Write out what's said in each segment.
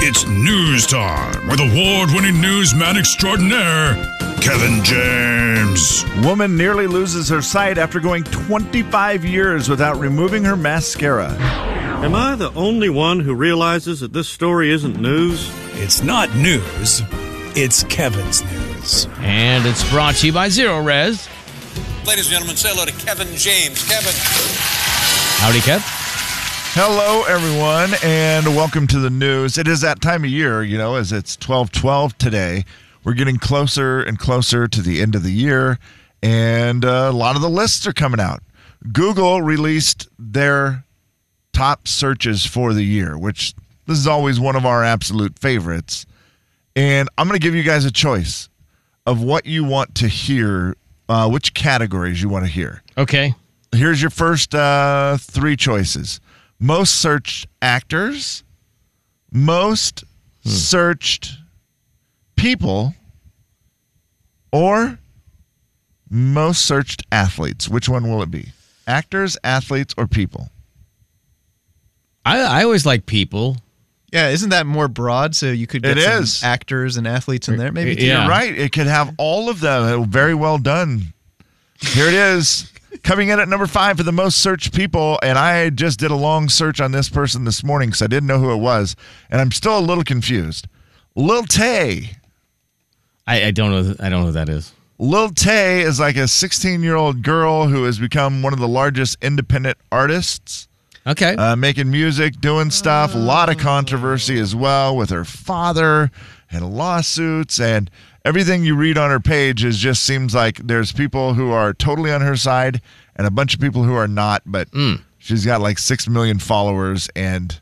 It's news time with award winning newsman extraordinaire, Kevin James. Woman nearly loses her sight after going 25 years without removing her mascara. Am I the only one who realizes that this story isn't news? It's not news, it's Kevin's news. And it's brought to you by Zero Res. Ladies and gentlemen, say hello to Kevin James. Kevin. Howdy, Kev. Hello, everyone, and welcome to the news. It is that time of year, you know, as it's 1212 today. We're getting closer and closer to the end of the year, and uh, a lot of the lists are coming out. Google released their top searches for the year, which this is always one of our absolute favorites. And I'm going to give you guys a choice of what you want to hear, uh, which categories you want to hear. Okay. Here's your first uh, three choices most searched actors, most searched people, or most searched athletes. Which one will it be? Actors, athletes, or people? I, I always like people. Yeah, isn't that more broad? So you could get It some is. actors and athletes in there, maybe. Yeah. You're right. It could have all of them. Very well done. Here it is. Coming in at number five for the most searched people, and I just did a long search on this person this morning because I didn't know who it was, and I'm still a little confused. Lil Tay. I, I don't know. th- I don't know who that is. Lil Tay is like a 16 year old girl who has become one of the largest independent artists, Okay. uh, making music, doing stuff. A lot of controversy as well with her father and lawsuits. And everything you read on her page is just seems like there's people who are totally on her side and a bunch of people who are not. But she's got like 6 million followers and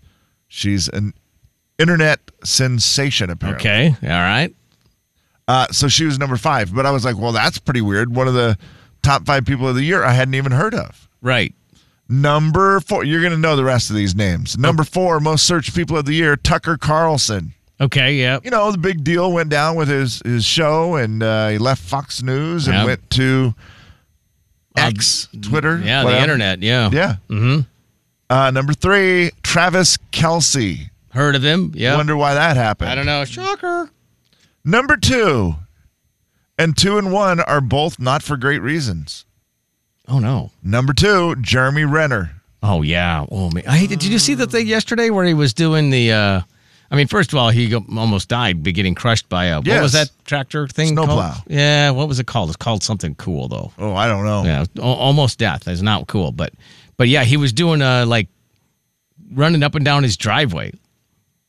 she's an internet sensation, apparently. okay. All right. Uh, so she was number five. But I was like, well, that's pretty weird. One of the top five people of the year I hadn't even heard of. Right. Number four, you're going to know the rest of these names. Number four, most searched people of the year, Tucker Carlson. Okay. Yeah. You know, the big deal went down with his, his show, and uh, he left Fox News and Yeah. went to Uh, X, Twitter. Yeah. The whatever. internet. Yeah. Yeah. Mm-hmm. Uh, number three, Travis Kelsey. Heard of him? Yeah. Wonder why that happened. I don't know. Shocker. Number two and two and one are both not for great reasons. Oh no. Number two, Jeremy Renner. Oh yeah. Oh man. I hate it. Did you see the thing yesterday where he was doing the? uh I mean, first of all, he go- almost died by getting crushed by a. What Yes. was that tractor thing? called? Snowplow. Yeah. What was it called? It's called something cool though. Oh, I don't know. Yeah, al- almost death. That's not cool, but but yeah, he was doing uh like running up and down his driveway,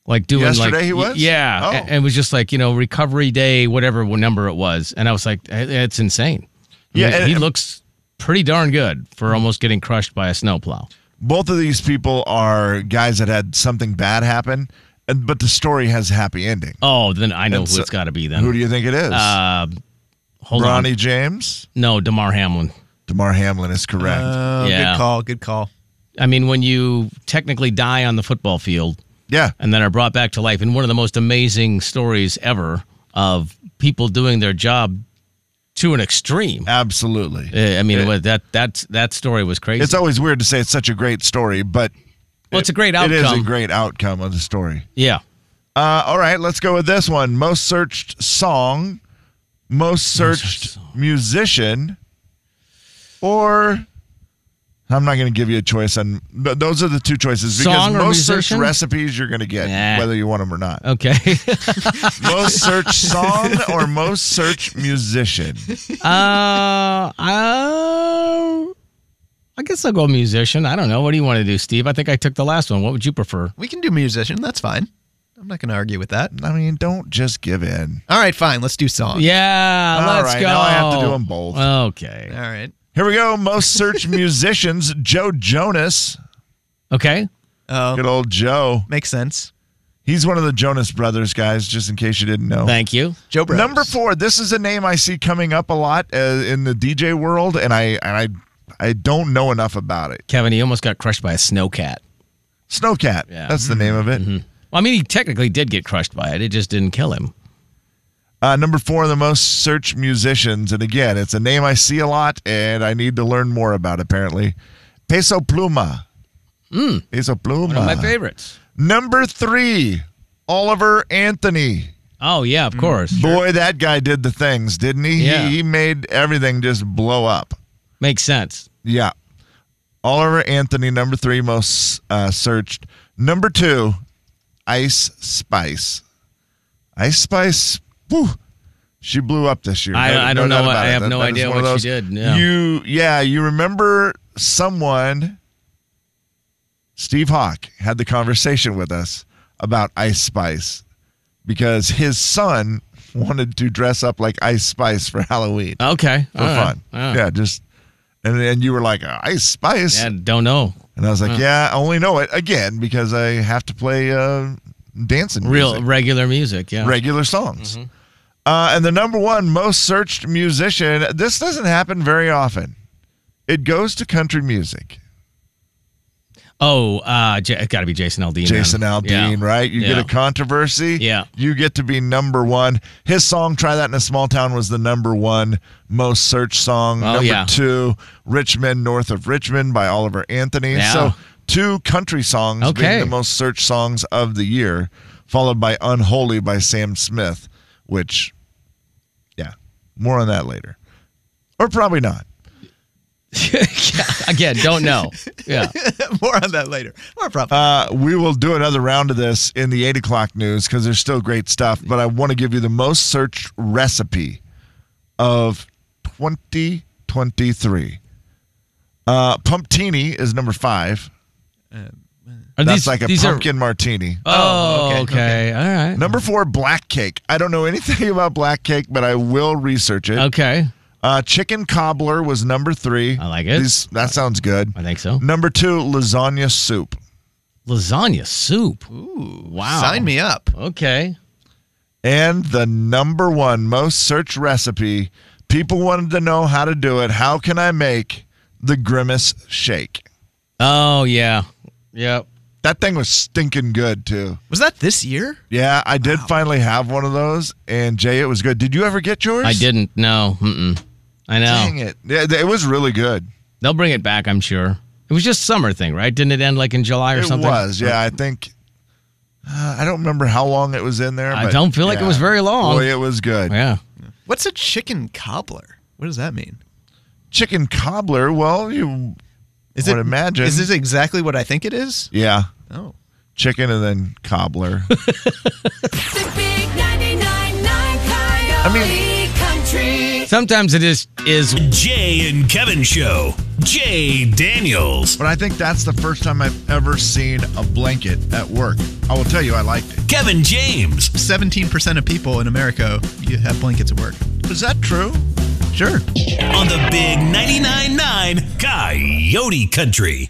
like doing like- Yesterday he was? yeah, Oh. a- and it was just like you know recovery day, whatever number it was, and I was like, "Eh, it's insane. I Yeah, mean, and- he looks pretty darn good for almost getting crushed by a snowplow. Both of these people are guys that had something bad happen, and, but the story has a happy ending. Oh, then I know And who so- it's got to be then. Who do you think it is? uh, hold Ronnie on, James? no, Damar Hamlin. Damar Hamlin is correct. Uh, Yeah. Good call. Good call. I mean, when you technically die on the football field, yeah. and then are brought back to life in one of the most amazing stories ever of people doing their job to an extreme. Absolutely. Uh, I mean, what- that that that story was crazy. It's always weird to say it's such a great story, but well, it's a it great outcome. is a great outcome of the story. yeah. Uh, all right, let's go with this one. Most searched song, most searched musician, or I'm not going to give you a choice. On th- those are the two choices because Song or most searched musician? recipes you're going to get Nah. Oh. whether you want them or not. Okay. most searched song or most searched musician. uh, I, I guess I'll go musician. I don't know. What do you want to do, Steve? I think I took the last one. What would you prefer? We can do musician. That's fine. I'm not going to argue with that. I mean, don't just give in. All right, fine. Let's do song. Yeah, All Uh, let's right, go. Uh. now I have to do 'em both. Okay. All right. Here we go. Most searched musicians. Joe Jonas. Okay. Oh, Good old Joe. makes sense. He's one of the Jonas Brothers guys. Just in case you didn't know. Thank you. Joe Bros. Number four. This is a name I see coming up a lot uh, in the DJ world, and I and I I don't know enough about it. Kevin, he almost got crushed by a snowcat. Snowcat. Yeah. Mm-hmm. That's the name of it. Well, I mean, he technically did get crushed by it. It just didn't kill him. Uh, number four, the most searched musicians, and again, it's a name I see a lot, and I need to learn more about. Apparently, Hmm. Peso Pluma. Peso Pluma. Uh, favorites. Number three, Oliver Anthony. Oh yeah, of course. Boy, that guy did the things, didn't he? Yeah. He, he made everything just blow up. Makes sense. Yeah. Oliver Anthony, number three, most uh, searched. Number two, Ice Spice. Ice Spice, whew, she blew up this year. I- No- I no don't know doubt what- about I it. have no is idea one of what she those- did, no. You, yeah, you remember someone, Steve Hawk, had the conversation with us about Ice Spice because his son wanted to dress up like Ice Spice for Halloween Okay. for all right, fun. all right. Yeah, just and and you were like "Uh, Ice Spice, Uh-huh. Yeah, Uh-huh. don't know. and I was like, yeah, I only know it again because I have to play uh, dancing Real music, regular music. Yeah. Mm-hmm. regular songs. Uh, and the number one most searched musician. This doesn't happen very often. It goes to country music. Oh, uh, J- it's got to be Jason Aldean. then. Jason Aldean, Yeah. right? You Yeah. get a controversy. Yeah. You get to be number one. His song, Try That in a Small Town, was the number one most searched song. Oh, number yeah. two, Richmond, North of Richmond by Oliver Anthony. Yeah. So two country songs being Okay. the most searched songs of the year, followed by Unholy by Sam Smith, which, yeah, more on that later. Or probably not. Again, don't know. Yeah. More on that later. More problem. Uh, we will do another round of this in the eight o'clock news because there's still great stuff. But I want to give you the most searched recipe of 2023. Uh, Pumptini is number five. Are That's these- like a these are- pumpkin martini. oh, okay, okay, All right. Number four, black cake. I don't know anything about black cake, but I will research it. Okay. Uh, chicken cobbler was number three. I like it. These- that sounds good. I think so. Number two, lasagna soup. Lasagna soup. Ooh. Wow. Sign me up. Okay. and the number one most searched recipe. People wanted to know how to do it. How can I make the grimace shake? Oh yeah. Yep. That thing was stinking good too. Was that this year? Yeah, I did finally have one of those, and Jay, it was good. Did you ever get yours? I didn't. No. Mm-mm. I know. Dang it! Yeah, th- it was really good. They'll bring it back, I'm sure. It was just summer thing, right? Didn't it end like in July or It something? was. Yeah, I think. Uh, I don't remember how long it was in there. I but don't feel like it yeah. was very long. Boy, it was good. Yeah. What's a chicken cobbler? What does that mean? Chicken cobbler. Well, you Is Would imagine. Is this exactly what I think it is? yeah, Oh. chicken and then cobbler. The big 99.9 Coyote I Country. Sometimes it is is Jay and Kevin Show. Jay Daniels. But I think that's the first time I've ever seen a blanket at work. I will tell you, I liked it. Kevin James. 17% of people in America you have blankets at work. Is that true? Sure. On the big 99.9 9 Coyote Country.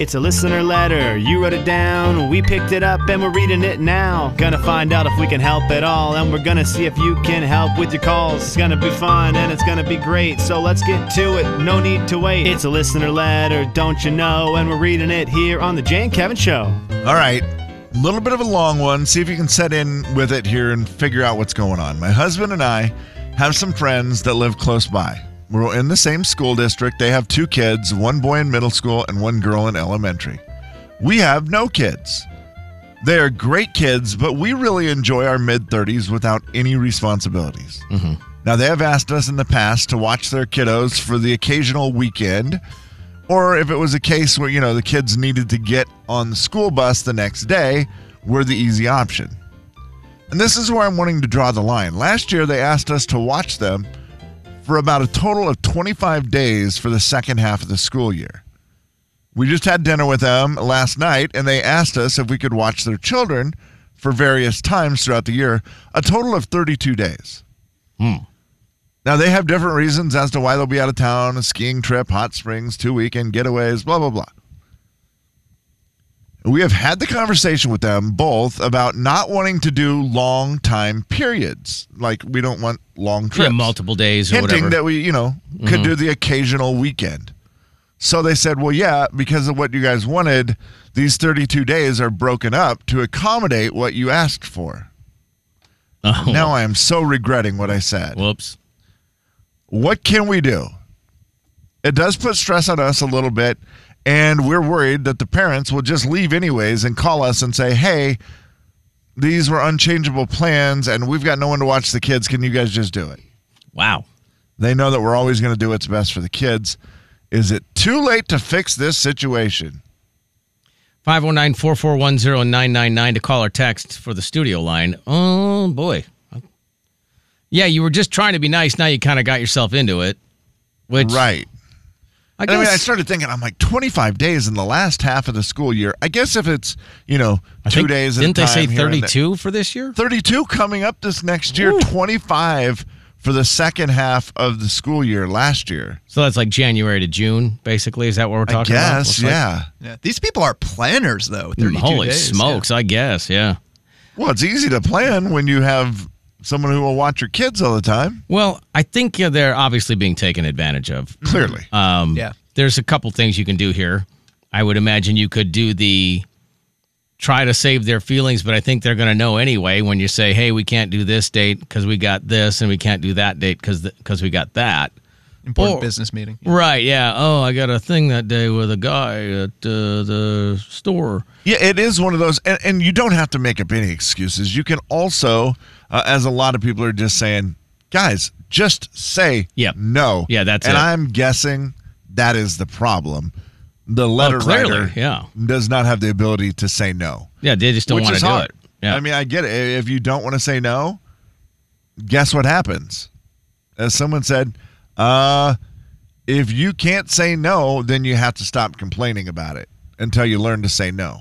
It's a listener letter. You wrote it down. We picked it up and we're reading it now. Gonna find out if we can help at all. And we're gonna see if you can help with your calls. It's gonna be fun and it's gonna be great. So let's get to it. No need to wait. It's a listener letter, don't you know? And we're reading it here on The Jay and Kevin Show. All right. A little bit of a long one. See if you can set in with it here and figure out what's going on. My husband and I have some friends that live close by. We're in the same school district. They have two kids, one boy in middle school and one girl in elementary. We have no kids. They are great kids, but we really enjoy our mid 30s without any responsibilities. Now, they have asked us in the past to watch their kiddos for the occasional weekend, or if it was a case where, you know, the kids needed to get on the school bus the next day, were the easy option. And this is where I'm wanting to draw the line. Last year, they asked us to watch them for about a total of 25 days for the second half of the school year. We just had dinner with them last night, and they asked us if we could watch their children for various times throughout the year, a total of 32 days. Now, they have different reasons as to why they'll be out of town a skiing trip, hot springs, two weekend getaways, blah, blah, blah. We have had the conversation with them both about not wanting to do long time periods. Like, we don't want long yeah, trips multiple days or hinting whatever. that we, you know, could do the occasional weekend. So they said, well, yeah, because of what you guys wanted, these 32 days are broken up to accommodate what you asked for. oh, Now I am so regretting what I said. whoops. What can we do? It does put stress on us a little bit, And we're worried that the parents will just leave anyways and call us and say, hey, these were unchangeable plans and we've got no one to watch the kids. Can you guys just do it? Wow. They know that we're always going to do what's best for the kids. Is it too late to fix this situation? 509-441-0999 to call or text for the studio line. Oh boy. Yeah, you were just trying to be nice. Now you kind of got yourself into it. Which Right. I And guess I mean, I started thinking, I'm like 25 days in the last half of the school year. I guess if it's, you know, I two think- days at a Didn't they say time here and there- 32 for this year? 32 coming up this next year, 25 for the second half of the school year last year. So that's like January to June, basically. Is that what we're I talking about? guess, Looks like? yeah. Yeah. These people are planners, though. 32 Mm, Holy days. smokes, I guess, yeah. Well, it's easy to plan when you have someone who will watch your kids all the time. Well, I think yeah, they're obviously being taken advantage of. Clearly. Um, Yeah. There's a couple things you can do here. I would imagine you could do the try to save their feelings, but I think they're going to know anyway when you say, hey, we can't do this date because we got this, and we can't do that date because we got that. Important Or- business meeting. Right, yeah. Oh, I got a thing that day with a guy at uh, the store. Yeah, it is one of those, and, and you don't have to make up any excuses. You can also, uh, as a lot of people are just saying, guys, just say Yep. no. Yeah, that's and it. I'm guessing that is the problem. The letter clearly, writer yeah. does not have the ability to say no, Yeah, they just don't which want is to do hard. it. Yeah. I mean, I get it. If you don't want to say no, guess what happens? As someone said, uh, if you can't say no, then you have to stop complaining about it until you learn to say no.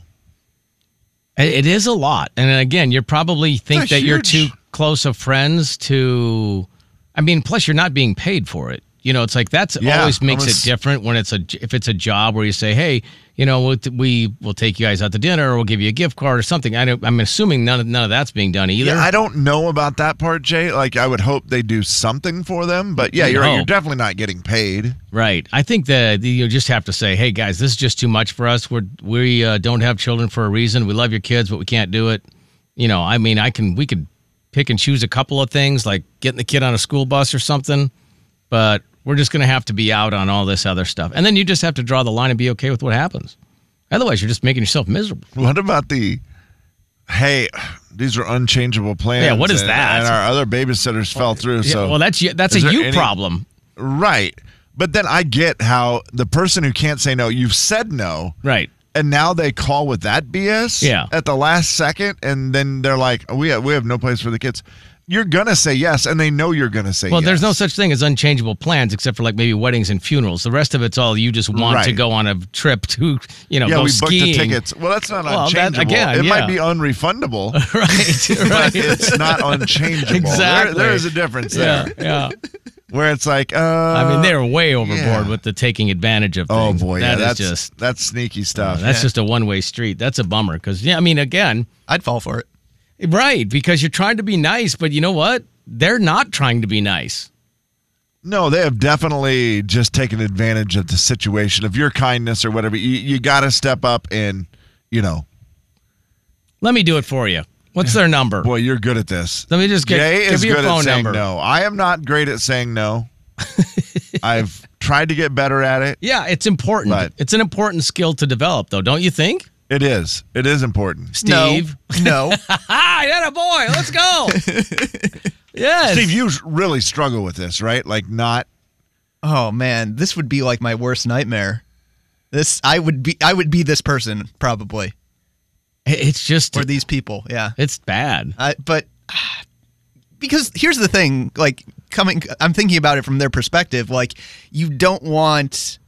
It it is a lot. And again, you probably think It's a that you're too huge- close of friends to I mean, plus you're not being paid for it. You know, it's like that's Yeah, always makes almost- it different when it's a if it's a job where you say, "Hey, you know, we'll, we will take you guys out to dinner or we'll give you a gift card or something." I don't, I'm assuming none of none of that's being done either. Yeah, I don't know about that part, Jay. Like, I would hope they do something for them, but yeah, you're right. You're hope. definitely not getting paid. Right. I think that uh, you just have to say, "Hey guys, this is just too much for us. We're, we uh, don't have children for a reason. We love your kids, but we can't do it." You know, I mean, I can we could pick and choose a couple of things like getting the kid on a school bus or something, but we're just going to have to be out on all this other stuff. And then you just have to draw the line and be okay with what happens. Otherwise, you're just making yourself miserable. What about the hey, these are unchangeable plans? Yeah, what is and- that? And our other babysitters fell through. Yeah, so well, that's y- that's a is there you any- problem. right. But then I get how the person who can't say no, you've said no, Right. and now they call with that BS Yeah. at the last second, and then they're like, oh, we have, we have no place for the kids. You're gonna say yes, and they know you're gonna say Well, yes. there's no such thing as unchangeable plans except for like maybe weddings and funerals. The rest of it's all you just want to Right. go on a trip to, you know, Yeah, go we booked skiing. the tickets. Well, that's not Well, that- unchangeable. again, it yeah. might be unrefundable, right, but right. it's not unchangeable. Exactly. There, there is a difference yeah, there, yeah. where it's like, uh, I mean, they're way overboard yeah. with the taking advantage of oh things. boy, yeah, That is that's just that's sneaky stuff. that's just a one way street. That's a bummer because yeah, I mean, again, I'd fall for it. right? Because you're trying to be nice, but you know what? They're not trying to be nice. no, they have definitely just taken advantage of the situation of your kindness or whatever. You, you got to step up and, you know, Let me do it for you. What's their number? boy, you're good at this. Let me just get Jay give is me your good phone at saying number. no. I am not great at saying no. I've tried to get better at it. Yeah, it's important. But- it's an important skill to develop, though, don't you think, It is. It is important. Steve? No. no. Ah, that a boy. Let's go. yes. Steve, you really struggle with this, right? Like not Oh man, this would be like my worst nightmare. This I would be I would be this person probably it's just or these people. Yeah. it's bad. I, but because here's the thing, like coming, I'm thinking about it from their perspective. Like you don't want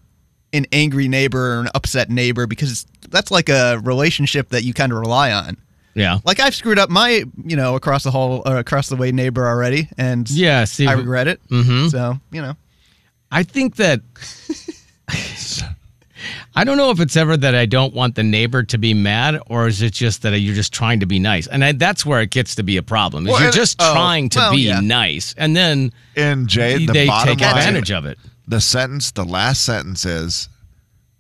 an angry neighbor or an upset neighbor because that's like a relationship that you kind of rely on. Yeah. Like I've screwed up my, you know, across the hall or across the way neighbor already, and Yeah, see, I regret it. Mm-hmm. So you know, I think that I don't know if it's ever that I don't want the neighbor to be mad, or is it just that you're just trying to be nice? And I, that's where it gets to be a problem. Is Well, you're and- just oh, trying to well, be yeah. nice, and then in Jay. The they bottom take line, advantage of it. the sentence, the last sentence is,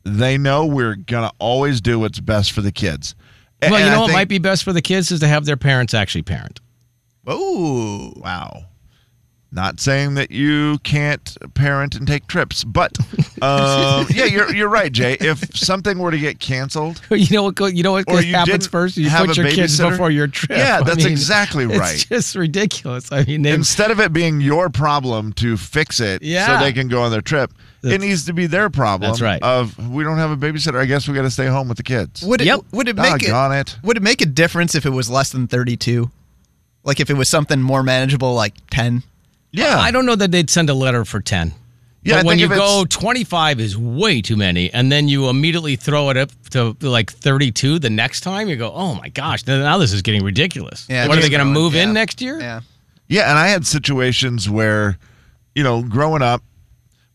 they know we're gonna always do what's best for the kids. A- Well, and you I know what think- might be best for the kids is to have their parents actually parent. oh wow. Not saying that you can't parent and take trips, but um, yeah, you're you're right, Jay. If something were to get canceled, You know what? go- You know what Or you happens didn't first. You have put a your kids babysitter? before your trip. Yeah, that's exactly right. It's just ridiculous. I mean, they, instead of it being your problem to fix it, Yeah. so they can go on their trip, it That's- needs to be their problem. That's right. Of we don't have a babysitter. I guess we got to stay home with the kids. Would it Yep. Ah, would it make it, Doggone it. would it make a difference if it was less than 32? Like if it was something more manageable like 10? yeah, I don't know that they'd send a letter for ten. Yeah, I but when you think if go it's- 25 is way too many, and then you immediately throw it up to like 32 the next time, you go, oh my gosh, now- now this is getting ridiculous. Yeah, what are just they going to going, move yeah. in next year? Yeah. Yeah, and I had situations where, you know, growing up,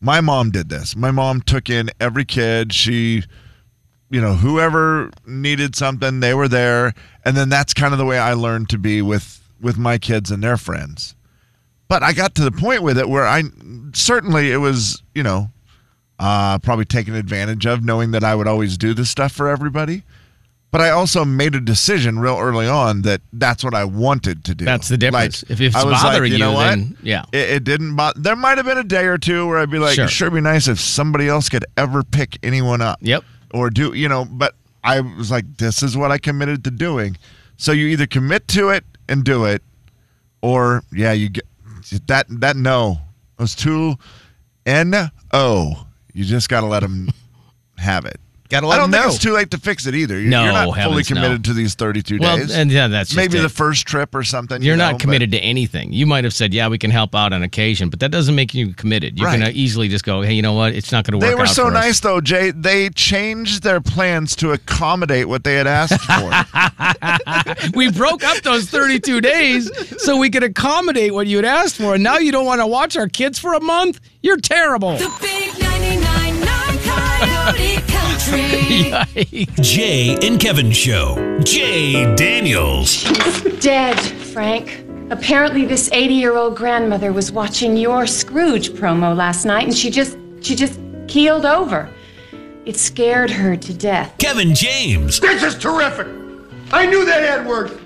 my mom did this. My mom took in every kid. She, you know, whoever needed something, they were there. And then that's kind of the way I learned to be with with my kids and their friends. But I got to the point with it where I certainly it was, you know, uh, probably taken advantage of knowing that I would always do this stuff for everybody. But I also made a decision real early on that that's what I wanted to do. That's the difference. Like, If- if it's I was like, bothering you, know you, what? then, yeah. It, it didn't bother. There might have been a day or two where I'd be like, Sure. it sure be nice if somebody else could ever pick anyone up. Yep. Or do, you know, but I was like, this is what I committed to doing. So you either commit to it and do it, or yeah, you get that, that no. Those two N O. You just got to let them have it. Gotta let I don't 'em think know. it's too late to fix it either. You're, No, you're not fully heavens, no. committed to these 32 Well, days. and yeah, that's just maybe it. the first trip or something. you You're know, not but- committed to anything. You might have said, "Yeah, we can help out on occasion," but that doesn't make you committed. You can Right. uh, easily just go, "Hey, you know what? It's not going to work." They were out so for us." nice though, Jay. They changed their plans to accommodate what they had asked for. We broke up those 32 days so we could accommodate what you had asked for, and now you don't want to watch our kids for a month. You're terrible. The big 99.9 Coyote Country. Jay and Kevin Show. Jay Daniels. Dead, Frank. Apparently this 80-year-old grandmother was watching your Scrooge promo last night and she just she just keeled over. It scared her to death. Kevin James. This is terrific! I knew that ad worked!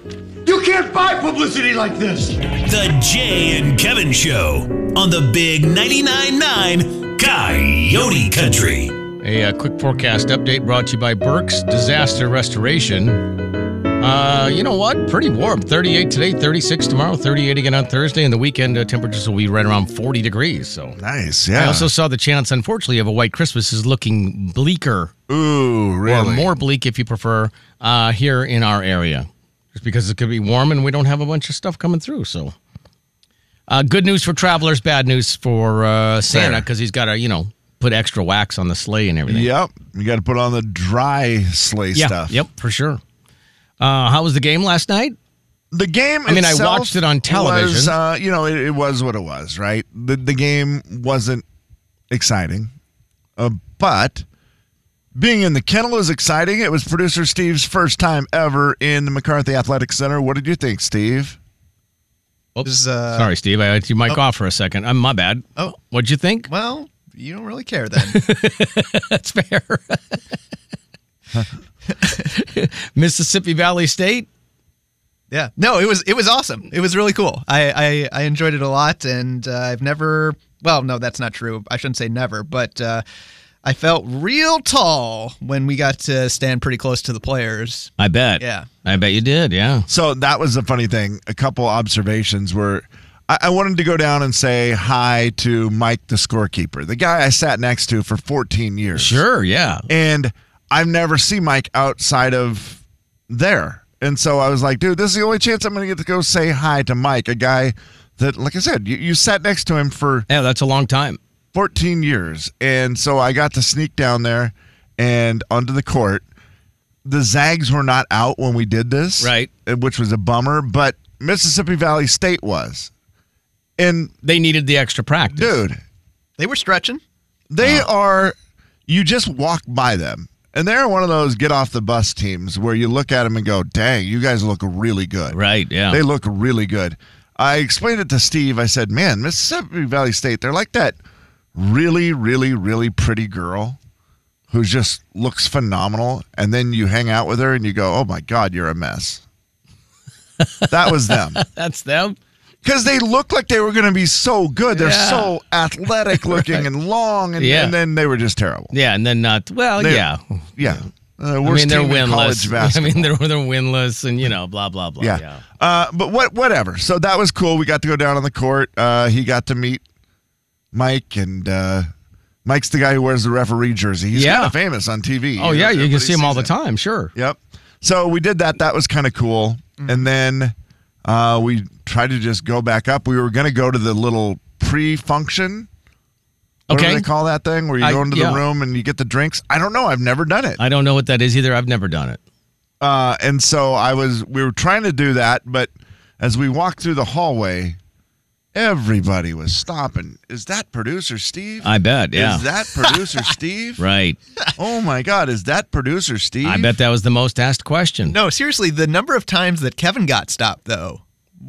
You can't buy publicity like this! The Jay and Kevin Show on the Big 99.9 9 Coyote Country. A uh, quick forecast update brought to you by Burke's Disaster Restoration. Uh, you know what? Pretty warm. 38 today, 36 tomorrow, 38 again on Thursday, and the weekend uh, temperatures will be right around 40 degrees. So nice, yeah. I also saw the chance, unfortunately, of a white Christmas is looking bleaker Ooh, really? or more bleak if you prefer uh, here in our area just because it could be warm and we don't have a bunch of stuff coming through so uh, good news for travelers bad news for uh, santa Fair. because he's got to you know put extra wax on the sleigh and everything Yep. You got to put on the dry sleigh yeah stuff. yep for sure uh, how was the game last night The game. I mean, I itself watched it on television. was, uh, you know, it, it was what it was, right? The the game wasn't exciting, uh, but being in the kennel is exciting. It was producer Steve's first time ever in the McCarthy Athletic Center. What did you think, Steve? Oops. Is, uh, sorry steve i let you mic off for a second i'm my bad Oh. what'd you think Well, you don't really care then. that's fair mississippi valley state yeah. No, it was it was awesome. It was really cool. I I, I enjoyed it a lot, and uh, I've never. Well, no, that's not true. I shouldn't say never, but uh, I felt real tall when we got to stand pretty close to the players. i bet Yeah. i bet you did yeah So that was the funny thing. A couple observations were I, I wanted to go down and say hi to Mike, the scorekeeper, the guy I sat next to for 14 years. sure yeah And I've never seen Mike outside of there. And so I was like, dude, this is the only chance I'm going to get to go say hi to Mike, a guy that, like I said, you, you sat next to him for yeah that's a long time 14 years. And so I got to sneak down there and onto the court. The Zags were not out when we did this. Right. uh, Which was a bummer, but Mississippi Valley State was. And they needed the extra practice. dude, They were stretching. they are, you just walk by them. And they're one of those get off the bus teams where you look at them and go, dang, you guys look really good. Right, yeah. They look really good. I explained it to Steve. I said, "Man, Mississippi Valley State, they're like that really, really, really pretty girl who just looks phenomenal, and then you hang out with her and you go, "Oh my god, you're a mess." that was them. That's them. because they looked like they were going to be so good. They're Yeah. so athletic looking and long, and, Yeah. and then they were just terrible. Yeah, and then not. Well, They- yeah. yeah. Uh, I worst mean, they're team in college winless. I basketball. mean, they're they're winless, and you know, blah blah blah. yeah. Uh, but what, whatever. So that was cool. We got to go down on the court. Uh, he got to meet Mike, and uh, Mike's the guy who wears the referee jersey. He's Yeah. kind of famous on TV. Oh yeah, you can Everybody see them all sees the time. Sure. Yep. So we did that. That was kind of cool. Mm-hmm. And then uh, we tried to just go back up. We were going to go to the little pre-function. What Okay. do they call that thing where you I- go into yeah. the room and you get the drinks? I don't know. I've never done it. I don't know what that is either. I've never done it. Uh, and so I was, we were trying to do that, but as we walked through the hallway, everybody was stopping. Is that producer Steve? I bet, yeah. Is that producer Steve? Right. Oh my God, is that producer Steve? I bet that was the most asked question. No, seriously, the number of times that Kevin got stopped though,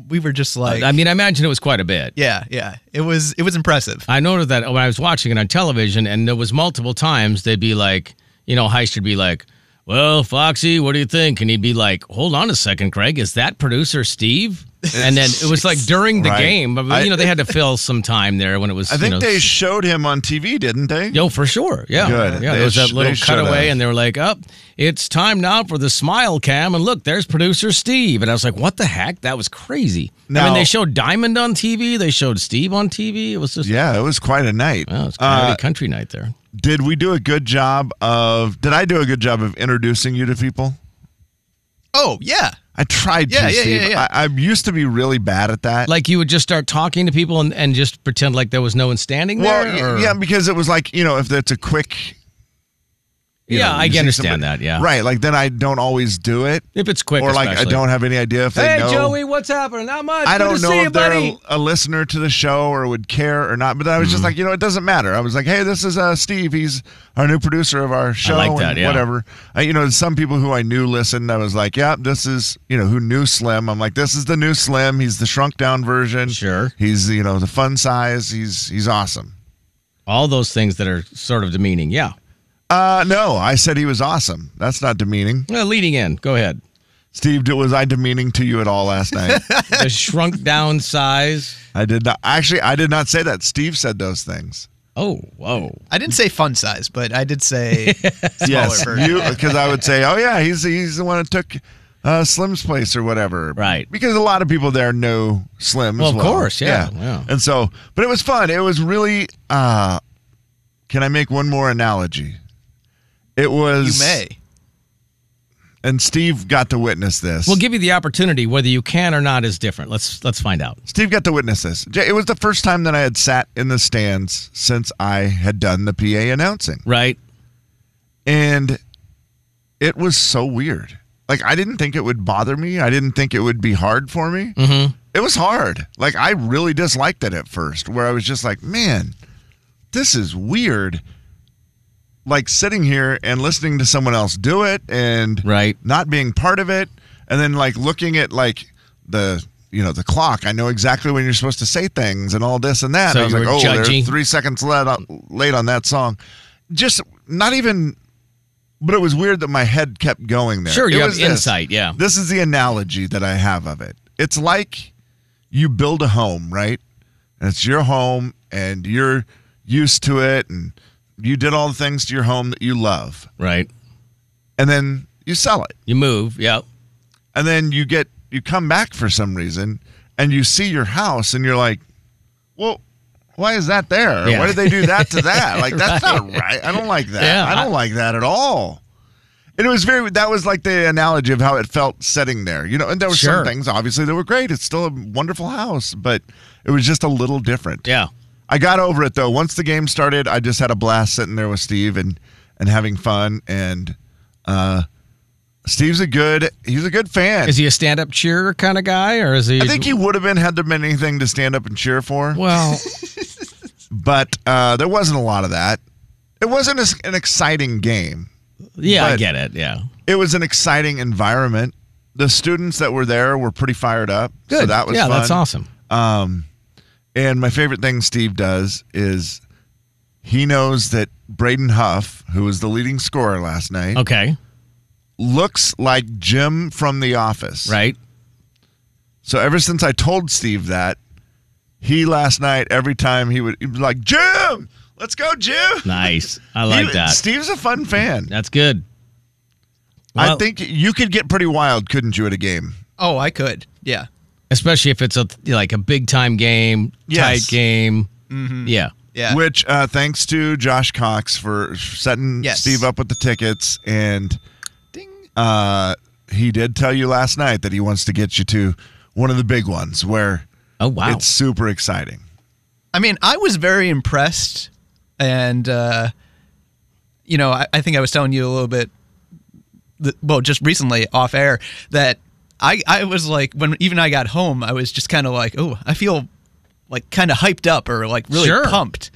we were just like, I mean, I imagine it was quite a bit. yeah, yeah, it was it was impressive. I noticed that when I was watching it on television, and there was multiple times they'd be like, you know, Heist would be like, "Well, Foxy, what do you think?" And he'd be like, "Hold on a second, Craig, is that producer Steve?" And then it was like during the Right. game, but I- you know, they had to fill some time there when it was. I think you know, they showed him on TV, didn't they? Yo, for sure. Yeah. Good. Yeah, They there was sh- that little they should cutaway, have. and they were like, oh, it's time now for the smile cam. And look, there's producer Steve. And I was like, what the heck? That was crazy. I Now- mean, they showed Diamond on TV, they showed Steve on TV. It was just, Yeah, it was quite a night. wow, it was coyote Uh, country night there. Did we do a good job of? Did I do a good job of introducing you to people? Oh yeah, I tried Yeah, to. yeah, Steve. yeah, yeah. I, I used to be really bad at that. Like you would just start talking to people and, and just pretend like there was no one standing well, there? y- or- yeah, because it was like you know, if it's a quick. you Yeah, know, I you see can understand somebody- that. Yeah. Right, like then I don't always do it, If it's quick, or like I especially. don't have any idea if they Hey, know. Joey, what's happening? Not much. I Good don't to know see if you, they're buddy. a listener to the show or would care or not. But then I was Mm-hmm. just like, you know, it doesn't matter. I was like, hey, this is uh, Steve. He's our new producer of our show like that, and yeah. whatever. Uh, you know, some people who I knew listened. I was like, yeah, this is you know who knew Slim. I'm like, this is the new Slim. He's the shrunk down version. Sure. He's you know the fun size. He's he's awesome. All those things that are sort of demeaning. Yeah. Uh, no, I said he was awesome. That's not demeaning. Well, Uh, leading in, go ahead. Steve, d- was I demeaning to you at all last night? The shrunk down size. I did not. Actually, I did not say that. Steve said those things. Oh, whoa. I didn't say fun size, but I did say smaller version. you because I would say, oh yeah, he's he's the one who took uh, Slim's place or whatever, Right. Because a lot of people there know Slim. Well, as of well. course, yeah, yeah. And so, but it was fun. It was really. Uh, can I make one more analogy? It You was. may. And Steve got to witness this. We'll give you the opportunity. Whether you can or not is different. Let's let's find out. Steve got to witness this. J- It was the first time that I had sat in the stands since I had done the PA announcing. Right? and it was so weird. Like I didn't think it would bother me. I didn't think it would be hard for me. Mm-hmm. It was hard. Like I really disliked it at first, where I was just like, "Man, this is weird." Like sitting here and listening to someone else do it and Right. not being part of it, and then like looking at like the you know the clock. I know exactly when you're supposed to say things and all this and that. So I was you like, were "Oh, they're judgy. three seconds late on, late on that song." Just not even but it was weird that my head kept going there. Sure, you It have was this. insight, yeah. This is the analogy that I have of it. It's like you build a home, right? And it's your home and you're used to it and you did all the things to your home that you love. Right. And then you sell it. You move. Yeah. And then you get you come back for some reason and you see your house and you're like, "Well, why is that there? Yeah. Why did they do that to that? Like that's not right. I don't like that. Yeah, I don't like that at all." And it was very that was like the analogy of how it felt sitting there. You know, and there were Sure. some things obviously that were great. It's still a wonderful house, but it was just a little different. Yeah. I got over it though. Once the game started, I just had a blast sitting there with Steve and and having fun. And uh, Steve's a good he's a good fan. Is he a stand up cheer kind of guy, or is he? I think he would have been had there been anything to stand up and cheer for, Well, but uh, there wasn't a lot of that. It wasn't as- an exciting game. yeah, I But- get it. Yeah. It was an exciting environment. The students that were there were pretty fired up. Good. So that was yeah. fun. That's awesome. Um, and my favorite thing Steve does is he knows that Braden Huff, who was the leading scorer last night, Okay. looks like Jim from The Office. Right. So ever since I told Steve that, he last night every time he would he'd be like Jim, let's go Jim. Nice. I like He- that. Steve's a fun fan. That's good. I think you could get pretty wild, couldn't you, at a game? Oh, I could. Yeah. Especially if it's a like a big time game, Yes. Mm-hmm. tight game. Mhm. Yeah. Which, uh, thanks to Josh Cox for setting Yes. Steve up with the tickets, and Uh, he did tell you last night that he wants to get you to one of the big ones where. Oh wow! It's super exciting. I mean, I was very impressed, and uh, you know, I, I think I was telling you a little bit, th- well, just recently off air that I I was like when even I got home, I was just kind of like, oh, I feel like kind of hyped up or like really Sure. pumped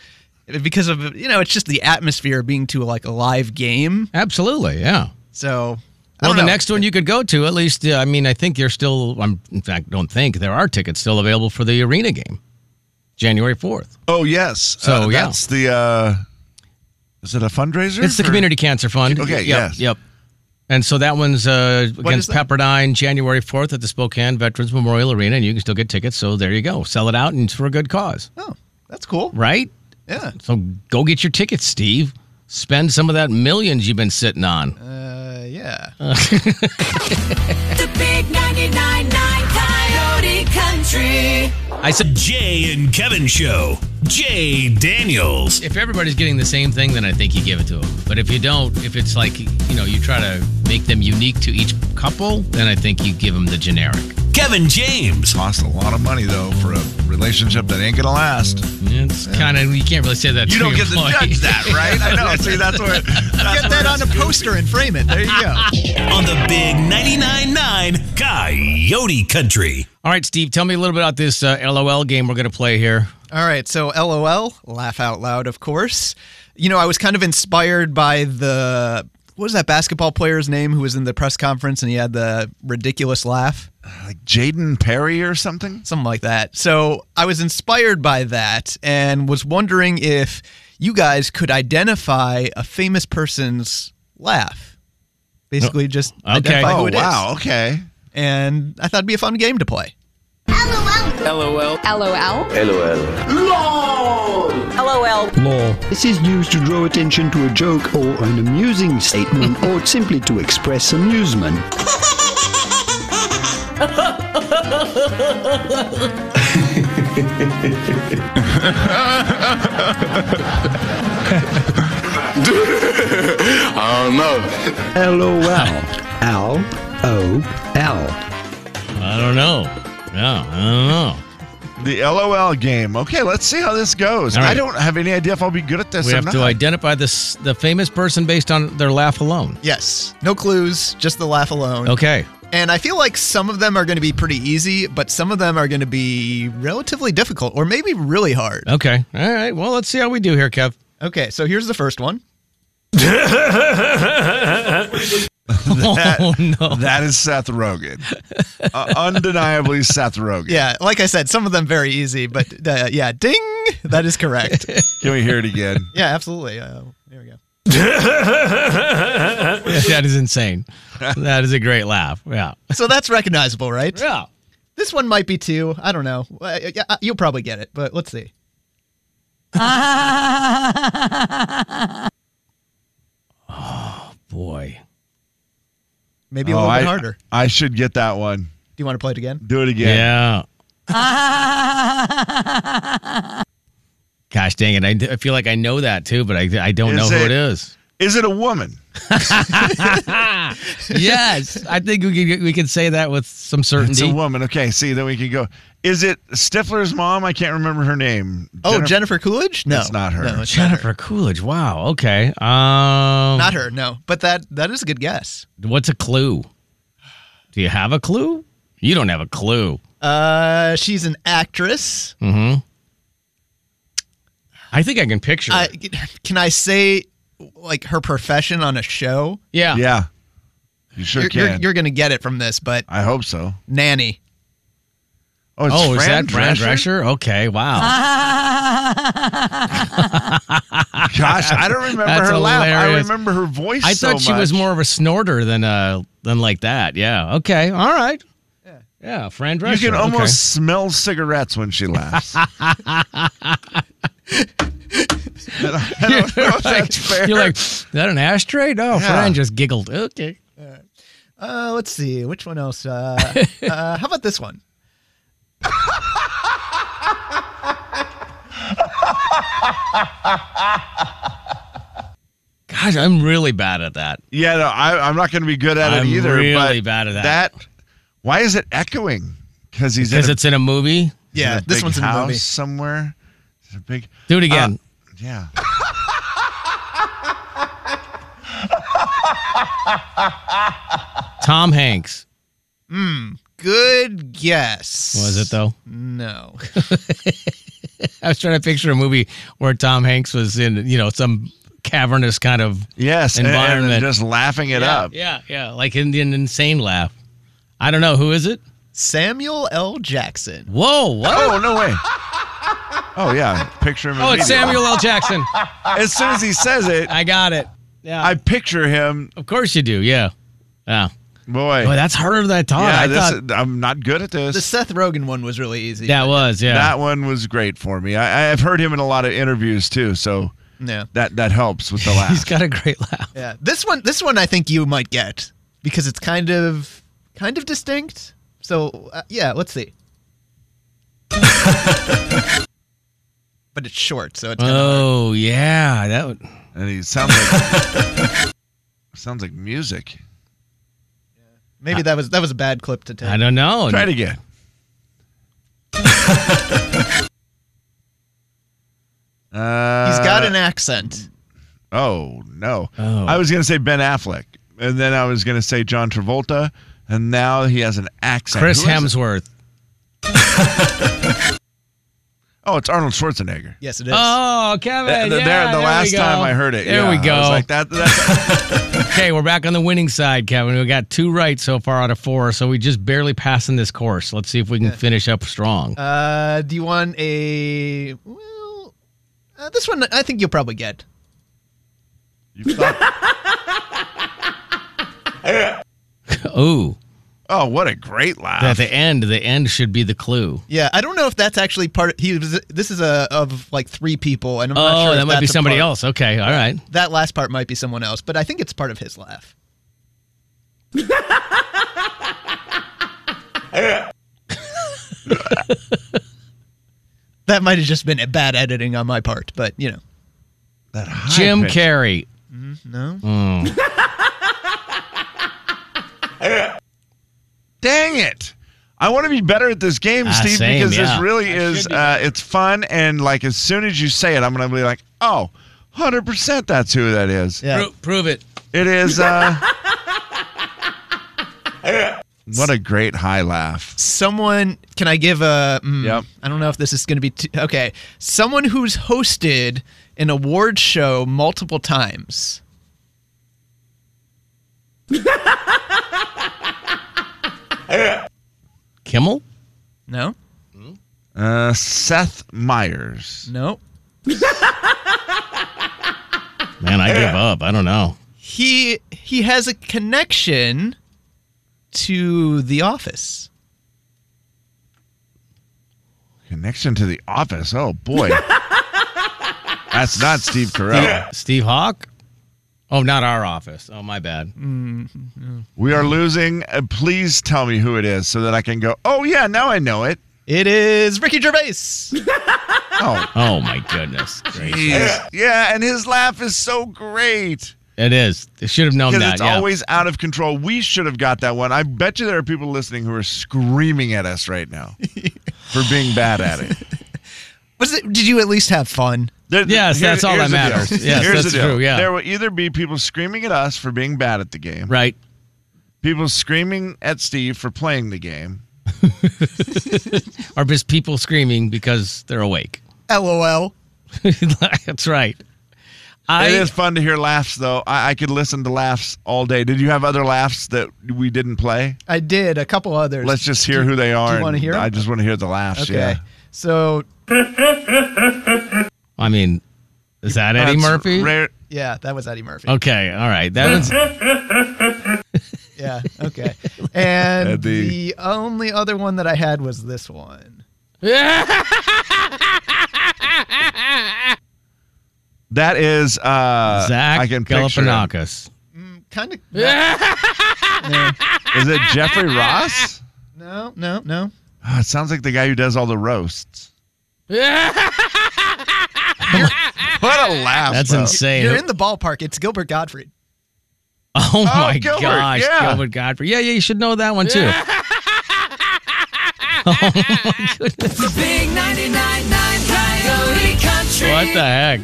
because of you know it's just the atmosphere of being to like a live game. Absolutely, yeah. So. I Well, don't the know. next one you could go to, at least. Uh, I mean, I think you're still. I'm in fact don't think there are tickets still available for the arena game, January fourth. Oh yes. So, Uh, yeah. that's the. Uh, is it a fundraiser? It's the or- Community Cancer Fund. Okay, Yep. yes. Yep. And so that one's uh, When is against that? Pepperdine, January fourth at the Spokane Veterans Memorial Arena, and you can still get tickets. So there you go, sell it out, and it's for a good cause, Oh, That's cool. right? Yeah. So go get your tickets, Steve. Spend some of that millions you've been sitting on. Uh, yeah. The big 999 Coyote Country. I said Jay and Kevin Show. Jay Daniels. If everybody's getting the same thing, then I think you give it to them. But if you don't, if it's like, you know, you try to make them unique to each couple, then I think you give them the generic. Kevin James. Cost a lot of money though for a relationship that ain't gonna last. It's kind of, you can't really say that You to don't your get to employee. judge that, right? I know. See, that's where. That's Get that on a poster and frame it. There you go. On the big 99.9 Coyote Country. All right, Steve, tell me a little bit about this uh, LOL game we're going to play here. All right, so LOL, laugh out loud, of course. You know, I was kind of inspired by the what was that basketball player's name who was in the press conference and he had the ridiculous laugh, like Jaden Perry or something. something like that. So I was inspired by that and was wondering if you guys could identify a famous person's laugh. Basically, just Okay. identify Oh who it is. wow. Okay. And I thought it'd be a fun game to play. LOL. LOL. LOL. This is used to draw attention to a joke or an amusing statement or simply to express amusement. I don't know. LOL. L Oh, O L. I don't know. Yeah, I don't know. The LOL game. Okay, let's see how this goes. All right. I don't have any idea if I'll be good at this We or have not. to identify this the famous person based on their laugh alone. Yes, no clues, just the laugh alone. Okay. And I feel like some of them are going to be pretty easy, but some of them are going to be relatively difficult or maybe really hard. Okay. All right. Well, let's see how we do here, Kev. Okay, so here's the first one. That, Oh, that is Seth Rogen. Uh, undeniably Seth Rogen. Yeah, like I said, some of them very easy, but uh, yeah, ding, that is correct. Can we hear it again? yeah, absolutely. Uh, here we go. that is insane. That is a great laugh. Yeah. So that's recognizable, right? Yeah. This one might be two. I don't know. Uh, yeah, uh, You'll probably get it, but let's see. Boy. Maybe a little Oh, I, bit harder. I should get that one. Do you want to play it again? Do it again. Yeah. Gosh dang it. I, d- I feel like I know that too, but I, I don't Is know who it- it is. Is it a woman? yes. I think we can, we can say that with some It's certainty. a woman. Okay, see, then we can go. Is it Stifler's mom? I can't remember her name. Oh, Jennifer Coolidge? No. That's not her. No, it's not her. Jennifer Coolidge. Wow. Okay. Um, Not Not her, no. But that that is a good guess. What's a clue? Do you have a clue? You don't have a clue. Uh, she's an actress. Mm hmm. I think I can picture. I, it. can I say like her profession on a show? yeah. Yeah. You sure you're, can. You're, you're gonna get it from this, but I hope so. nanny. Oh, it's oh, is Fran that Fran Drescher? Ah. Drescher? Okay. Wow. Gosh, I don't remember That's her laugh. I hilarious. remember her voice. I so thought she was much. more of a snorter than uh than like that. Yeah. Okay. All right. Yeah, friend You can restaurant, almost okay. smell cigarettes when she laughs. you're, don't know if that's fair. like, you're like, "Is that an ashtray? No, Yeah. friend just giggled. Okay. Uh, let's see. Which one else? Uh, uh, how about this one? Gosh, I'm really bad at that. Yeah, no, I, I'm not going to be good at I'm it either. really but bad at that. why is it echoing? Because he's Because in a, it's in a movie. Yeah, in a this big one's in a house movie. somewhere. It's a big. Do it again. Yeah. Tom Hanks. Hmm. Good guess. Was it though? No. I was trying to picture a movie where Tom Hanks was in, you know, some cavernous kind of yes and- and environment, just laughing it Yeah, up. Yeah, yeah, like Indian insane laugh. I don't know who is it. Samuel L. Jackson. Whoa! What? Oh no way! Oh yeah, picture him. Oh, it's immediately. Samuel L. Jackson. As soon as he says it, I got it. Yeah. I picture him. Of course you do. Yeah. Yeah. Boy. Boy, that's harder than I thought. Yeah, I this- thought- I'm not good at this. The Seth Rogen one was really easy. That was, yeah. That one was great for me. I, I've heard him in a lot of interviews too, so Yeah. that that helps with the laugh. He's got a great laugh. Yeah. This one this one I think you might get because it's kind of kind of distinct. So, uh, yeah, let's see. but it's short, so it's kind of Oh yeah, that would. And he sounds like sounds like music. Maybe that was that was a bad clip to take. I don't know. Try it again. uh, He's got an accent. Oh no! I was gonna say Ben Affleck, and then I was gonna say John Travolta, and now he has an accent. Chris Who is it? Hemsworth. Oh, it's Arnold Schwarzenegger. Yes, it Oh, Kevin. Th- th- yeah, there, the we last go. time I heard it. There yeah, we go. I was like that. That's, Okay, we're back on the winning side, Kevin. We got two right so far out of four, so we just barely passing this course. Let's see if we can finish up strong. Uh, do you want a well? Uh, this one I think you'll probably get. Uh, Ooh, oh, what a great laugh! at the end, the end should be the clue. Yeah, I don't know if that's actually part. Of, he was. This is a of like three people, and I'm not oh, sure. if that might be that's a somebody part. else. Okay, all right. That last part might be someone else, but I think it's part of his laugh. that might have just been a bad editing on my part, but you know. That Jim pitch. Carrey. No. Mm. Dang it! I want to be better at this game, Ah, Steve, same, because yeah. this really is uh, it's fun and like as soon as you say it, I'm gonna be like, oh, 100 percent that's who that is. Pro- prove it. It is uh What a great high laugh. someone can i give a mm, Yep. i don't know if this is going to be too, okay someone who's hosted an award show multiple times Kimmel. no Uh Seth Myers. no Man, I give up. I don't know. he he has a connection to the office Connection to the office. Oh boy. that's not Steve Carell. Steve Hawk. Oh, not our office. Oh, my bad. We are losing. Uh, please tell me who it is so that I can go, oh yeah, now I know it. it is ricky gervais Oh, Oh my goodness. gracious. yeah, and his laugh is so great. It is. They should have known Because that. it's yeah. always out of control. We should have got that one. I bet you there are people listening who are screaming at us right now for being bad at it. was it did you at least have fun There- Yes, here- that's all here's that the deal. matters. Yes, here's that's the deal. true, yeah. There will either be people screaming at us for being bad at the game, right. people screaming at Steve for playing the game. Or just people screaming because they're awake. lol That's right. I it is fun to hear laughs, though. I, I could listen to laughs all day. Did you have other laughs that we didn't play? i did a couple others Let's just hear who they are. do you wanna and hear 'em? I just want to hear the laughs. okay Yeah. so I mean, is that Eddie That's Murphy? rare- yeah that was eddie murphy Okay, all right. That was Yeah. Okay. And Had the- the... only other one that I had was this one. That is uh, Zach I can picture him. Galifianakis. Kind of. Is it Jeffrey Ross? No, no, no. Ah, it sounds like the guy who does all the roasts. What a laugh! That's bro. insane. You're in the ballpark. It's Gilbert Gottfried. Oh my Gilbert, gosh, yeah. Gilbert Godfrey. Yeah, yeah, you should know that one too. oh my goodness. The big 99.9 Coyote Country. What the heck?